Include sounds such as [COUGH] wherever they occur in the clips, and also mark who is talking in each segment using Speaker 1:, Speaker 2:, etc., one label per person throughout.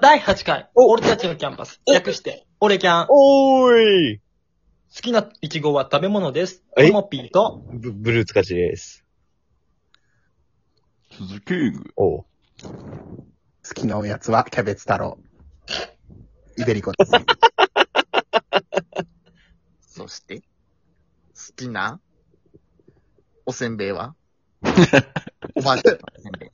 Speaker 1: 第8回、
Speaker 2: お
Speaker 1: 俺たちのキャンパス、
Speaker 2: お
Speaker 1: 略して、俺キャン。好
Speaker 2: おーい
Speaker 1: きなイチゴは食べ物です。
Speaker 2: え
Speaker 1: ともぴーと、
Speaker 2: ブブルーツカチです。
Speaker 3: 鈴キング。
Speaker 2: おう。
Speaker 4: 好きなおやつはキャベツ太郎。イベリコです。
Speaker 5: [LAUGHS] そして、好きな、おせんべいは
Speaker 4: [LAUGHS]
Speaker 5: おばあちゃんのおせんべい。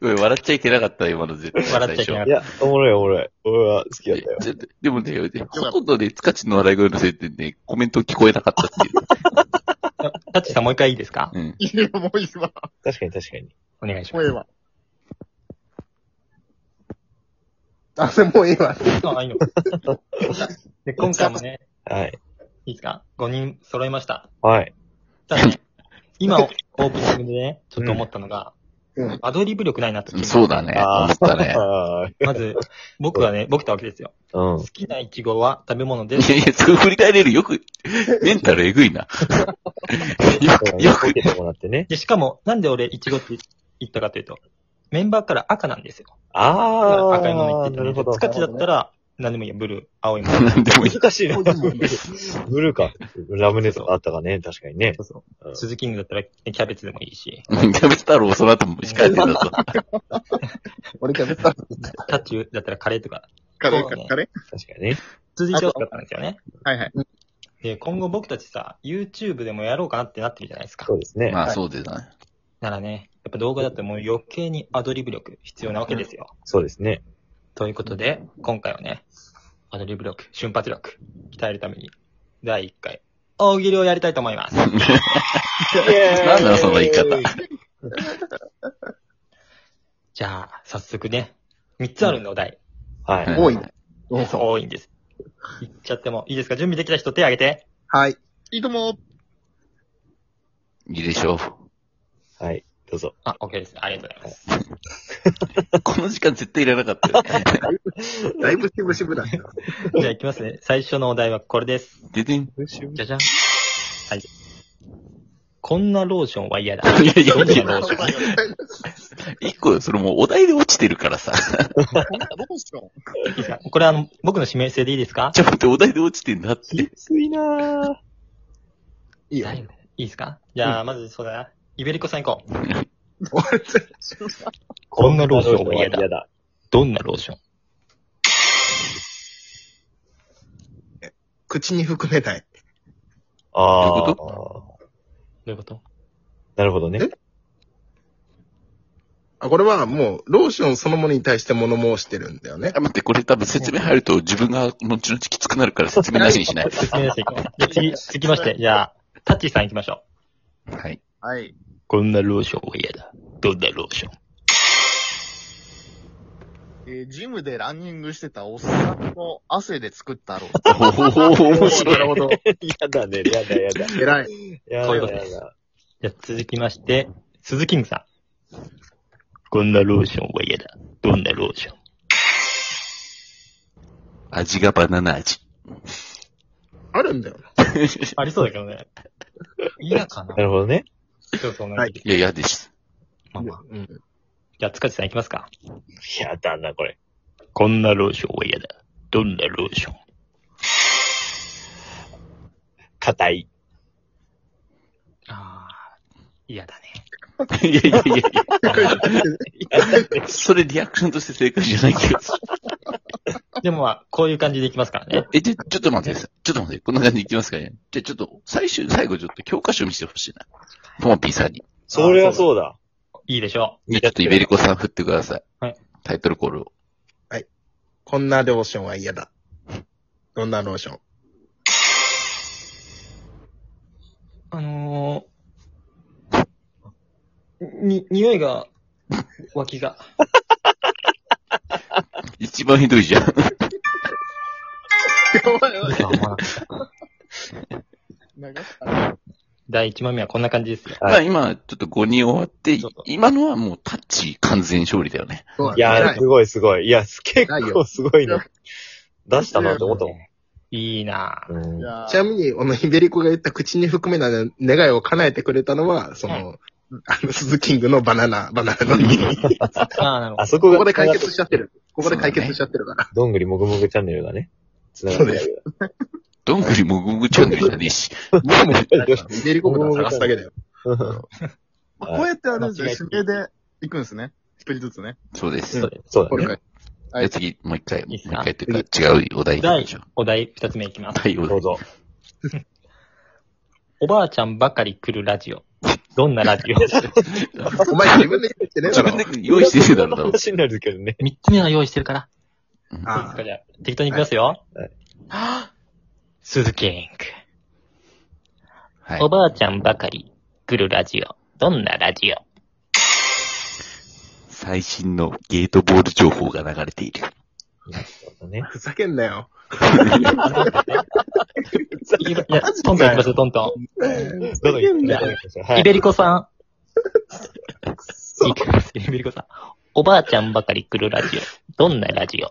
Speaker 3: 笑っちゃいけなかった、今の絶対。
Speaker 1: 笑っちゃいけない
Speaker 2: や、おもろいおもろい。俺は好きだったよ。
Speaker 3: 最初でもね、ほとんどね、つかちの笑い声のせいでね、コメント聞こえなかったっていう。
Speaker 1: タッチさんもう一回いいですか
Speaker 3: うん。
Speaker 5: いや、もういいわ。
Speaker 2: 確かに確かに。
Speaker 1: お願いしま
Speaker 5: 声は。
Speaker 4: あ、それもういいわ。
Speaker 1: す。あ、いいの。で、今回もね、
Speaker 2: はい。
Speaker 1: いいですか ?5 人揃いました。
Speaker 2: はい。
Speaker 1: ただね、今オープニングでね、ちょっと思ったのが、
Speaker 4: うん
Speaker 1: アドリブ力ないなって気が
Speaker 3: そうだね。
Speaker 2: あー
Speaker 3: 思ったね。
Speaker 2: あー
Speaker 1: まず、僕はね、僕たわけですよ。
Speaker 2: うん
Speaker 1: 好。きなイチゴは食べ物で
Speaker 3: い
Speaker 1: す。
Speaker 3: やいや、それ振り返れる。よく、メンタルえぐいな。よく、よく
Speaker 2: 受けてもらってね。
Speaker 1: で、しかも、なんで俺イチゴって言ったかというと、メンバーから赤なんですよ。
Speaker 2: ああ。
Speaker 1: 赤いもの言ってた
Speaker 2: なる
Speaker 1: ん
Speaker 2: ほ
Speaker 1: で、
Speaker 2: ど。
Speaker 1: スカチだったら、何でもいいよ、ブルー、青いもの。
Speaker 3: なんでもいい。
Speaker 2: 難しいな。ブルーか。ラムネとかあったかね。確かにね。うん
Speaker 1: 鈴キングだったらキャベツでもいいし、
Speaker 3: キャベツ太郎をその後も叱ってたぞ。
Speaker 4: 俺キャベツ太郎。
Speaker 1: タッチだったらカレーとか、
Speaker 5: カレ
Speaker 1: そうだね
Speaker 5: ー、カレ
Speaker 2: 確かにね。
Speaker 1: 続いてほしかったんですよね。
Speaker 5: ーはいはい。
Speaker 1: で、今後僕たちさ、YouTube でもやろうかなってなってるじゃないですか
Speaker 2: そ。うですね。
Speaker 3: まあ、そうでだね。
Speaker 1: ならね、やっぱ動画だともう余計にアドリブ力必要なわけですよ。
Speaker 2: そうですね。
Speaker 1: ということで、今回はね、アドリブ力、瞬発力、鍛えるために、第1回、大喜利をやりたいと思います。
Speaker 3: なんだろうその言い方。
Speaker 1: じゃあ、早速ね、3つあるのお題、
Speaker 2: はい。
Speaker 4: 多いね。
Speaker 1: そう多いんです。いっちゃってもいいですか準備できた人手挙げて。
Speaker 4: はい。
Speaker 5: いいとも。
Speaker 3: いいでしょう。
Speaker 2: はい。どうぞ。
Speaker 1: あ、OK です。ありがとうございます。
Speaker 3: この時間絶対いらなかったよ。
Speaker 4: だいぶしぶしぶだ
Speaker 5: [LAUGHS]
Speaker 4: った。
Speaker 1: じゃあ行きますね。最初のお題はこれです。
Speaker 3: ででん。
Speaker 1: じゃじゃん。はい。こんなローションは嫌だ。
Speaker 3: いやいやいや
Speaker 1: どうしよ
Speaker 3: 一個よ、それもうお題で落ちてるからさ。
Speaker 5: どうしよう
Speaker 1: いいですかこれあの、僕の指名制でいいですか
Speaker 3: ちょっと待って、お題で落ちてんだって。
Speaker 2: ついなー
Speaker 4: いいよ
Speaker 1: は。いいいですかじゃあ、まずそうだな。イベリコさん行こう。こんなローションは嫌だ。
Speaker 2: 嫌だ。
Speaker 1: どんなローション
Speaker 4: 口に含めたい。
Speaker 2: あ
Speaker 3: どういう
Speaker 2: あ。
Speaker 1: どういうこと
Speaker 2: なるほどね。
Speaker 4: あ、これはもう、ローションそのものに対して物申してるんだよね
Speaker 3: あ、。待って、これ多分説明入ると自分が後々きつくなるから説明なしにしない。
Speaker 1: 説明していこう。じゃあ次、続きまして、じゃあ、タッチーさん行きましょう。
Speaker 3: はい。
Speaker 5: はい。
Speaker 1: こんなローションは嫌だ。どんなローション
Speaker 5: えージムでランニングしてたおっさんの汗で作ったろう。
Speaker 3: おー、面白い。
Speaker 5: なるほど。
Speaker 2: 嫌だね。嫌だ、嫌だ。
Speaker 4: 偉い。
Speaker 2: [LAUGHS] や
Speaker 1: こういうこと
Speaker 2: だ
Speaker 1: で
Speaker 2: や
Speaker 1: す
Speaker 2: だ。
Speaker 1: じゃあ続きまして、鈴キングさん。こんなローションは嫌だ。どんなローション
Speaker 3: 味がバナナ味。
Speaker 4: あるんだよ。
Speaker 1: ありそうだけどね。嫌かな
Speaker 2: なるほどね。
Speaker 1: そうそう
Speaker 4: はい
Speaker 3: いや、嫌です。
Speaker 1: まあまあ
Speaker 4: うん。
Speaker 1: じゃあ、塚地さん行きますか。
Speaker 2: 嫌だな、これ。
Speaker 1: こんなローションは嫌だ。どんなローション
Speaker 2: 硬い。
Speaker 1: ああ、嫌だね。
Speaker 3: いやいやいやいや。それリアクションとして正解じゃない気がする。
Speaker 1: でもまあ、こういう感じで行きますからね。
Speaker 3: え、で、ちょっと待ってください。ちょっと待って、こんな感じでいきますからね。じゃあちょっと、最終、最後ちょっと教科書見せてほしいな。ポモピーさんに。
Speaker 2: それはそうだ。
Speaker 1: いいでしょ
Speaker 3: じゃあちょっとイベリコさん振ってください。
Speaker 1: はい。
Speaker 3: タイトルコールを。
Speaker 4: こんなローションは嫌だ。どんなローション
Speaker 1: う。あのー、に、匂いが、脇が。
Speaker 3: 一番ひどいじゃん。
Speaker 5: 流した
Speaker 1: 第1問目はこんな感じですよ。
Speaker 3: [LAUGHS] まあ今、ちょっと5人終わって
Speaker 1: そうそう、
Speaker 3: 今のはもうタッチ完全勝利だよ
Speaker 1: [LAUGHS]
Speaker 3: ね。
Speaker 4: そう
Speaker 2: いやー、すごいすごい。いや、す結
Speaker 4: ない
Speaker 2: 構
Speaker 4: よ
Speaker 2: すごいの。出したなって思ったも
Speaker 1: いいなぁ。
Speaker 2: ん。うん
Speaker 5: じゃあ
Speaker 4: ちなみに、このイベリコが言った口に含めない願いを叶えてくれたのは、その、あの、鈴キングのバナナ、バナナの握り。
Speaker 1: ああ、なるほ
Speaker 2: あ
Speaker 1: ど。
Speaker 2: そこが、
Speaker 5: ここで解決しちゃってる。ここで解決しちゃってるから。
Speaker 2: どんぐりもぐもぐチャンネルがね、繋がってるわ
Speaker 3: どんぐりもぐもぐチャンネルじゃねえし。もぐもぐ
Speaker 4: イベリコプター探すだけだよ。
Speaker 2: けだよ。
Speaker 5: ま
Speaker 2: はい
Speaker 5: あこうやってあるん
Speaker 1: 間違
Speaker 5: で
Speaker 1: え
Speaker 5: す
Speaker 1: て
Speaker 5: よ。指名で行くんですね。一人ずつね。
Speaker 3: そうです。
Speaker 1: そ
Speaker 3: じ
Speaker 1: うです
Speaker 2: そう
Speaker 5: これ
Speaker 2: だ
Speaker 5: か
Speaker 2: ね。
Speaker 5: ら。
Speaker 3: ゃあ次、もう一回、
Speaker 1: いう
Speaker 3: も
Speaker 1: いっ
Speaker 3: 一
Speaker 1: すか
Speaker 3: 回っていうか、違うお題いきま
Speaker 1: 第
Speaker 3: しょう。
Speaker 1: お題二つ目いきます。
Speaker 3: はい、お
Speaker 2: ど
Speaker 3: 題
Speaker 2: う。ぞ。
Speaker 1: おばあちゃんばかり来るラジオ。どんなラジオ
Speaker 4: お前自分で言ってねえだ
Speaker 3: 自
Speaker 4: ろ
Speaker 3: 分。で用意してきてたろ、多分。
Speaker 2: 話になるけどね。
Speaker 1: [LAUGHS] 三つ目は用意してるから。
Speaker 4: あ
Speaker 1: いいですかじゃあ、適当にいきますよ。
Speaker 2: はい
Speaker 1: はぁ鈴キング。
Speaker 3: はい [LAUGHS]
Speaker 1: お。ばあちゃんばかり来るラジオ。どんなラジオ
Speaker 3: 最新のゲートボール情報が流れている。
Speaker 2: そうだね。
Speaker 4: ふざけんなよ。
Speaker 1: いや、トントンいきますよ、トント
Speaker 2: どうぞ行って
Speaker 1: だよ
Speaker 2: いただきましょうは
Speaker 1: ン。イ
Speaker 2: い。
Speaker 1: ベリコさん。いいですイベリコさん。おばあちゃんばかり来るラジオ。どんなラジオ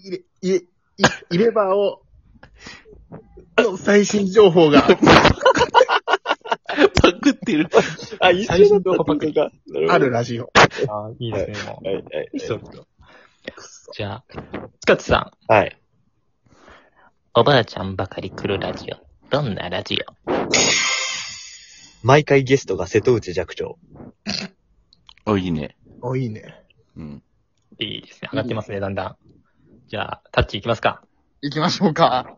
Speaker 4: 入れ、入れ、い入れ歯を、の最新情報が、
Speaker 3: パクってる。
Speaker 2: あ、一緒だったってことか。
Speaker 4: あるラジオ。
Speaker 1: あいい
Speaker 2: です
Speaker 1: ね、も
Speaker 2: なるほど。はい、
Speaker 1: う。そう
Speaker 2: は
Speaker 1: そう。じゃあ、塚地さん。
Speaker 2: い。はい。
Speaker 1: おばあちゃんばかり来るラジオ。どんなラジオ
Speaker 2: 毎回ゲストが瀬戸内寂聴。
Speaker 3: お、いいね。
Speaker 4: お、いいね。
Speaker 3: うん。
Speaker 1: いいですね。上がってますね、だんだん。じゃあ、タッチいきますか。
Speaker 5: 行きましょうか。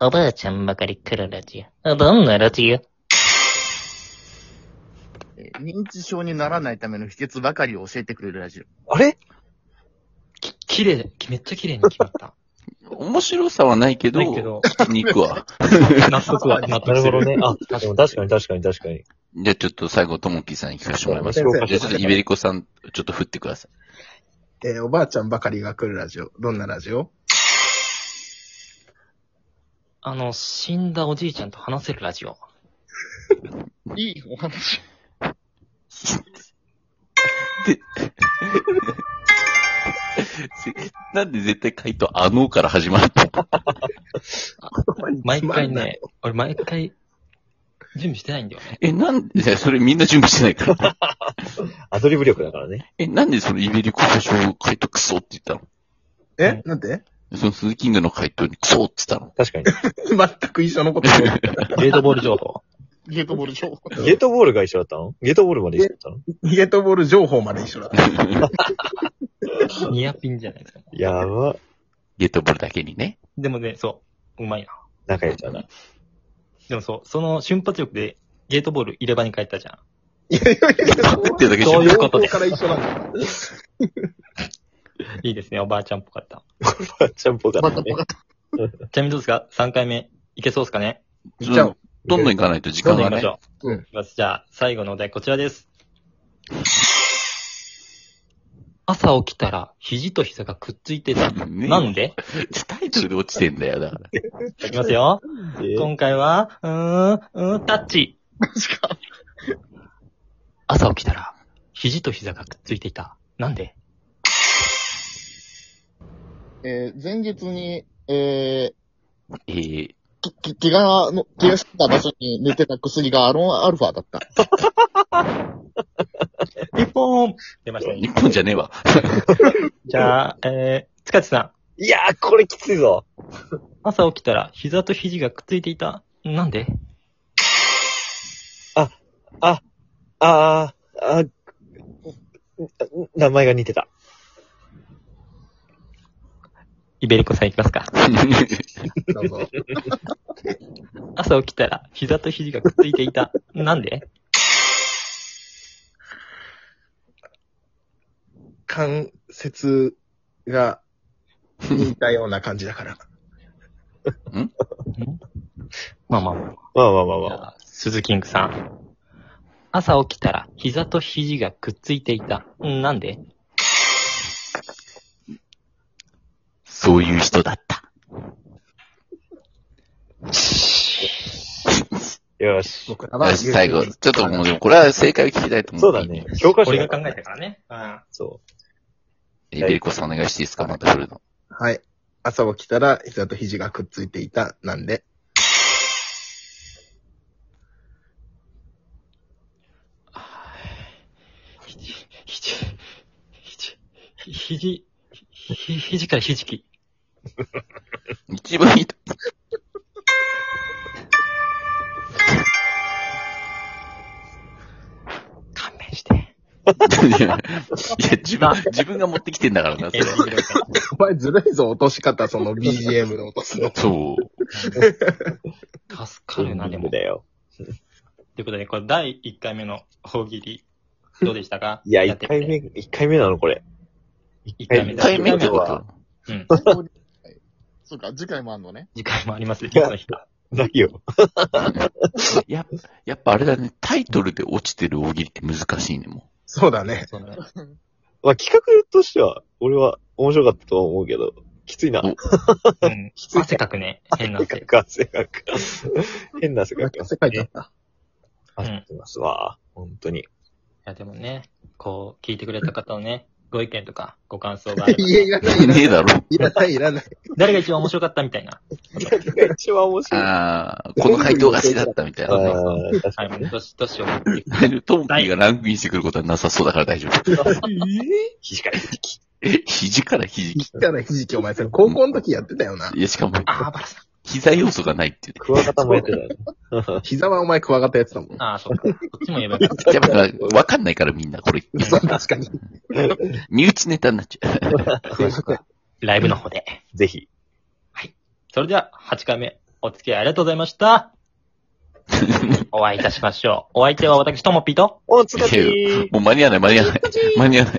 Speaker 1: おばあちゃんばかり来るラジオ。どんなラジオ
Speaker 5: えー認知症にならないための秘訣ばかりを教えてくれるラジオ。
Speaker 2: あれ
Speaker 1: き、綺麗きめっちゃ綺麗に決まった。
Speaker 3: 面白さはないけど、
Speaker 1: ないけど、
Speaker 3: 聞きに行くわ。
Speaker 1: 納得は、納
Speaker 2: な
Speaker 1: 得
Speaker 2: る
Speaker 1: す
Speaker 2: ほ
Speaker 1: る。
Speaker 2: どね。あ、でも確かに確かに確かに。
Speaker 3: じゃあちょっと最後、ともきさんに聞かせてもらいます。
Speaker 2: 先
Speaker 3: じ
Speaker 2: 生
Speaker 3: ゃあちょっとイベリコさん、ちょっと振ってください。
Speaker 4: えーおばあちゃんばかりが来るラジオ。どんなラジオ
Speaker 1: あの、死んだおじいちゃんと話せるラジオ。
Speaker 5: いいお話。
Speaker 3: せなんで絶対回答、あのから始まる
Speaker 1: 毎回ね、俺毎回、準備してないんだよ
Speaker 3: [LAUGHS]
Speaker 1: ね。
Speaker 3: え、なんで、いやそれみんな準備してないから。
Speaker 2: アドリブ力だからね。
Speaker 3: え、なんでそのイベリコ歌唱回答クソって言ったの
Speaker 4: えなんて
Speaker 3: その鈴キングの回答にクソって言ったの [LAUGHS]
Speaker 2: 確かに。
Speaker 4: 全く一緒のこと。
Speaker 1: ゲートボール情報。
Speaker 5: ゲートボール情報。
Speaker 2: ゲートボールが一緒だったのゲートボールまで一緒だったの
Speaker 4: ゲートボール情報まで一緒だった。
Speaker 1: ニアピンじゃないですか。
Speaker 2: やば。
Speaker 3: ゲートボールだけにね。
Speaker 1: でもね、そう、うまいな。
Speaker 2: 仲良いじゃない。
Speaker 1: でもそう、その瞬発力で、ゲートボール入れ歯に変えたじゃん。
Speaker 4: いやいやいや、
Speaker 3: パクってるだけじゃ
Speaker 1: そ
Speaker 3: ん
Speaker 1: ういうことで
Speaker 4: 情報から一緒なんだ。
Speaker 1: いいですね、おばあちゃんっぽかった。
Speaker 2: ばあちゃんっぽかった
Speaker 1: ち
Speaker 2: ね。
Speaker 1: なみにどうですか ?3 回目、いけそうですかね
Speaker 4: じゃあ、
Speaker 3: どんどん行かないと時
Speaker 1: ど
Speaker 3: 間
Speaker 1: んどん
Speaker 3: が
Speaker 1: 行きま
Speaker 3: ね
Speaker 1: し。ょう。
Speaker 4: うん
Speaker 1: いきます。じゃあ、最後のお題、こちらです。朝起きたら、肘と膝がくっついてた。
Speaker 3: ね
Speaker 1: なんで
Speaker 3: タイトルで落ちてんだよ、だから。
Speaker 1: いきますよ。
Speaker 2: えー
Speaker 1: 今回は、うーん、うーん、タッチ。朝起きたら、肘と膝がくっついていた。なんで
Speaker 5: えー前日に、え
Speaker 3: えー、
Speaker 5: ー、き、き、気が、の、気がした場所に寝てた薬がアロンアルファだった。
Speaker 1: 日本出ました
Speaker 3: 日
Speaker 1: ね。
Speaker 3: 本じゃねえわ。 [LAUGHS]
Speaker 1: じゃあ、えー、塚地さ
Speaker 2: いやー、これきついぞ。
Speaker 1: ん。朝起きたら、膝と肘がくっついていた。なんで
Speaker 2: あー、あー、名前が似てた。
Speaker 1: イベリコさんいきますか。
Speaker 4: どうぞ。
Speaker 1: 朝起きたら、膝と肘がくっついていた。なんで
Speaker 4: 関節が似たような感じだから。
Speaker 1: まあまあまあ。
Speaker 2: まあまあまあま
Speaker 1: じゃ
Speaker 2: あ。
Speaker 1: あ鈴キングさん。朝起きたら、膝と肘がくっついていた。なんで
Speaker 3: そういう人だった。
Speaker 2: よし。
Speaker 4: 僕らは
Speaker 3: よし最後、ちょっともうでもこれは正解を聞きたいと思
Speaker 2: そうだね。教科書
Speaker 1: 俺が考えたからね。うん。
Speaker 2: そ
Speaker 3: えベリコさんお願いしていいですかまたそれの。
Speaker 4: はい。朝起きたら膝と肘がくっついていた。なんで。
Speaker 1: 肘、ひ、肘からひじき。
Speaker 3: 一番いいと。
Speaker 1: 勘弁して。
Speaker 3: [LAUGHS] いや、自分、自分が持ってきてんだからな、そ
Speaker 1: え
Speaker 3: れ。
Speaker 4: お前ずるいぞ、落とし方、その BGM の落とすの。
Speaker 3: そう。
Speaker 1: 助かるな、でも。と
Speaker 2: だよ。
Speaker 1: いうことで、これ第1回目の大喜利、どうでした [LAUGHS] か
Speaker 2: いや、
Speaker 1: やっ
Speaker 2: 一
Speaker 1: てみ
Speaker 2: 回目、
Speaker 1: て
Speaker 2: 一回目なの、これ。
Speaker 1: 一回目
Speaker 3: 一
Speaker 1: だ
Speaker 3: 回目ってこ
Speaker 2: 一回
Speaker 3: と
Speaker 1: うん。
Speaker 5: そうか、次回もあんのね。
Speaker 1: 次回もあり [LAUGHS] ますよ、いつの日か。
Speaker 2: ないよ。
Speaker 3: や、やっぱあれだね、タイトルで落ちてる大喜利って難しいね、も
Speaker 4: そうだね。
Speaker 1: そうだね
Speaker 2: まあ、企画としては、俺は面白かったとは思うけど、きついな。
Speaker 3: お
Speaker 1: うん。汗かくね、変な
Speaker 2: 汗
Speaker 1: 汗。
Speaker 2: かく、汗かく。変な汗
Speaker 4: な
Speaker 2: か
Speaker 4: ん
Speaker 2: く
Speaker 4: か。世界だった。
Speaker 2: 汗かきますわ。本当に。 [LAUGHS]
Speaker 1: いや、でもね、こう、聞いてくれた方のね、ご意見とか、ご感想があれば、
Speaker 4: いや、いらない、
Speaker 3: う。
Speaker 4: いらな
Speaker 3: ね
Speaker 4: い
Speaker 3: えだろ。
Speaker 4: いらない、いらない。
Speaker 1: 誰が一番面白かったみたいな。
Speaker 2: 一番面白い。
Speaker 3: ああ、この回答がしだったみたい
Speaker 2: あ
Speaker 3: な。
Speaker 2: ー確
Speaker 1: は
Speaker 2: か
Speaker 1: い、も
Speaker 2: に
Speaker 1: う
Speaker 2: ね。
Speaker 1: どし、どし送っていく。
Speaker 3: トンピーがランクインしてくることはなさそうだから大丈夫。
Speaker 2: [LAUGHS] 肘から肘き。
Speaker 3: え、肘から肘き。
Speaker 4: いらない、ひじき、お前、それ高校の時やってたよな。
Speaker 3: いや、しかも、
Speaker 1: あー、バラさ
Speaker 3: 膝要素がないっていうね。
Speaker 2: クワガタもやってたよね。
Speaker 4: 膝はお前クワガタやってたもん。
Speaker 1: ん。あー、そうか。こっちも言えばよかっ
Speaker 3: やっぱ、わかんないからみんな、これ。
Speaker 4: そう、確かに。
Speaker 3: 身内ネタになっちゃう。
Speaker 1: た詳しくは。ライブの方で。
Speaker 2: ぜひ。
Speaker 1: それでは、8回目、お付き合いありがとうございました。お会いいたしましょう。お相手は私、ともぴーと。
Speaker 2: お疲れ
Speaker 3: もう間に合わない、間に合わない。間に合わない。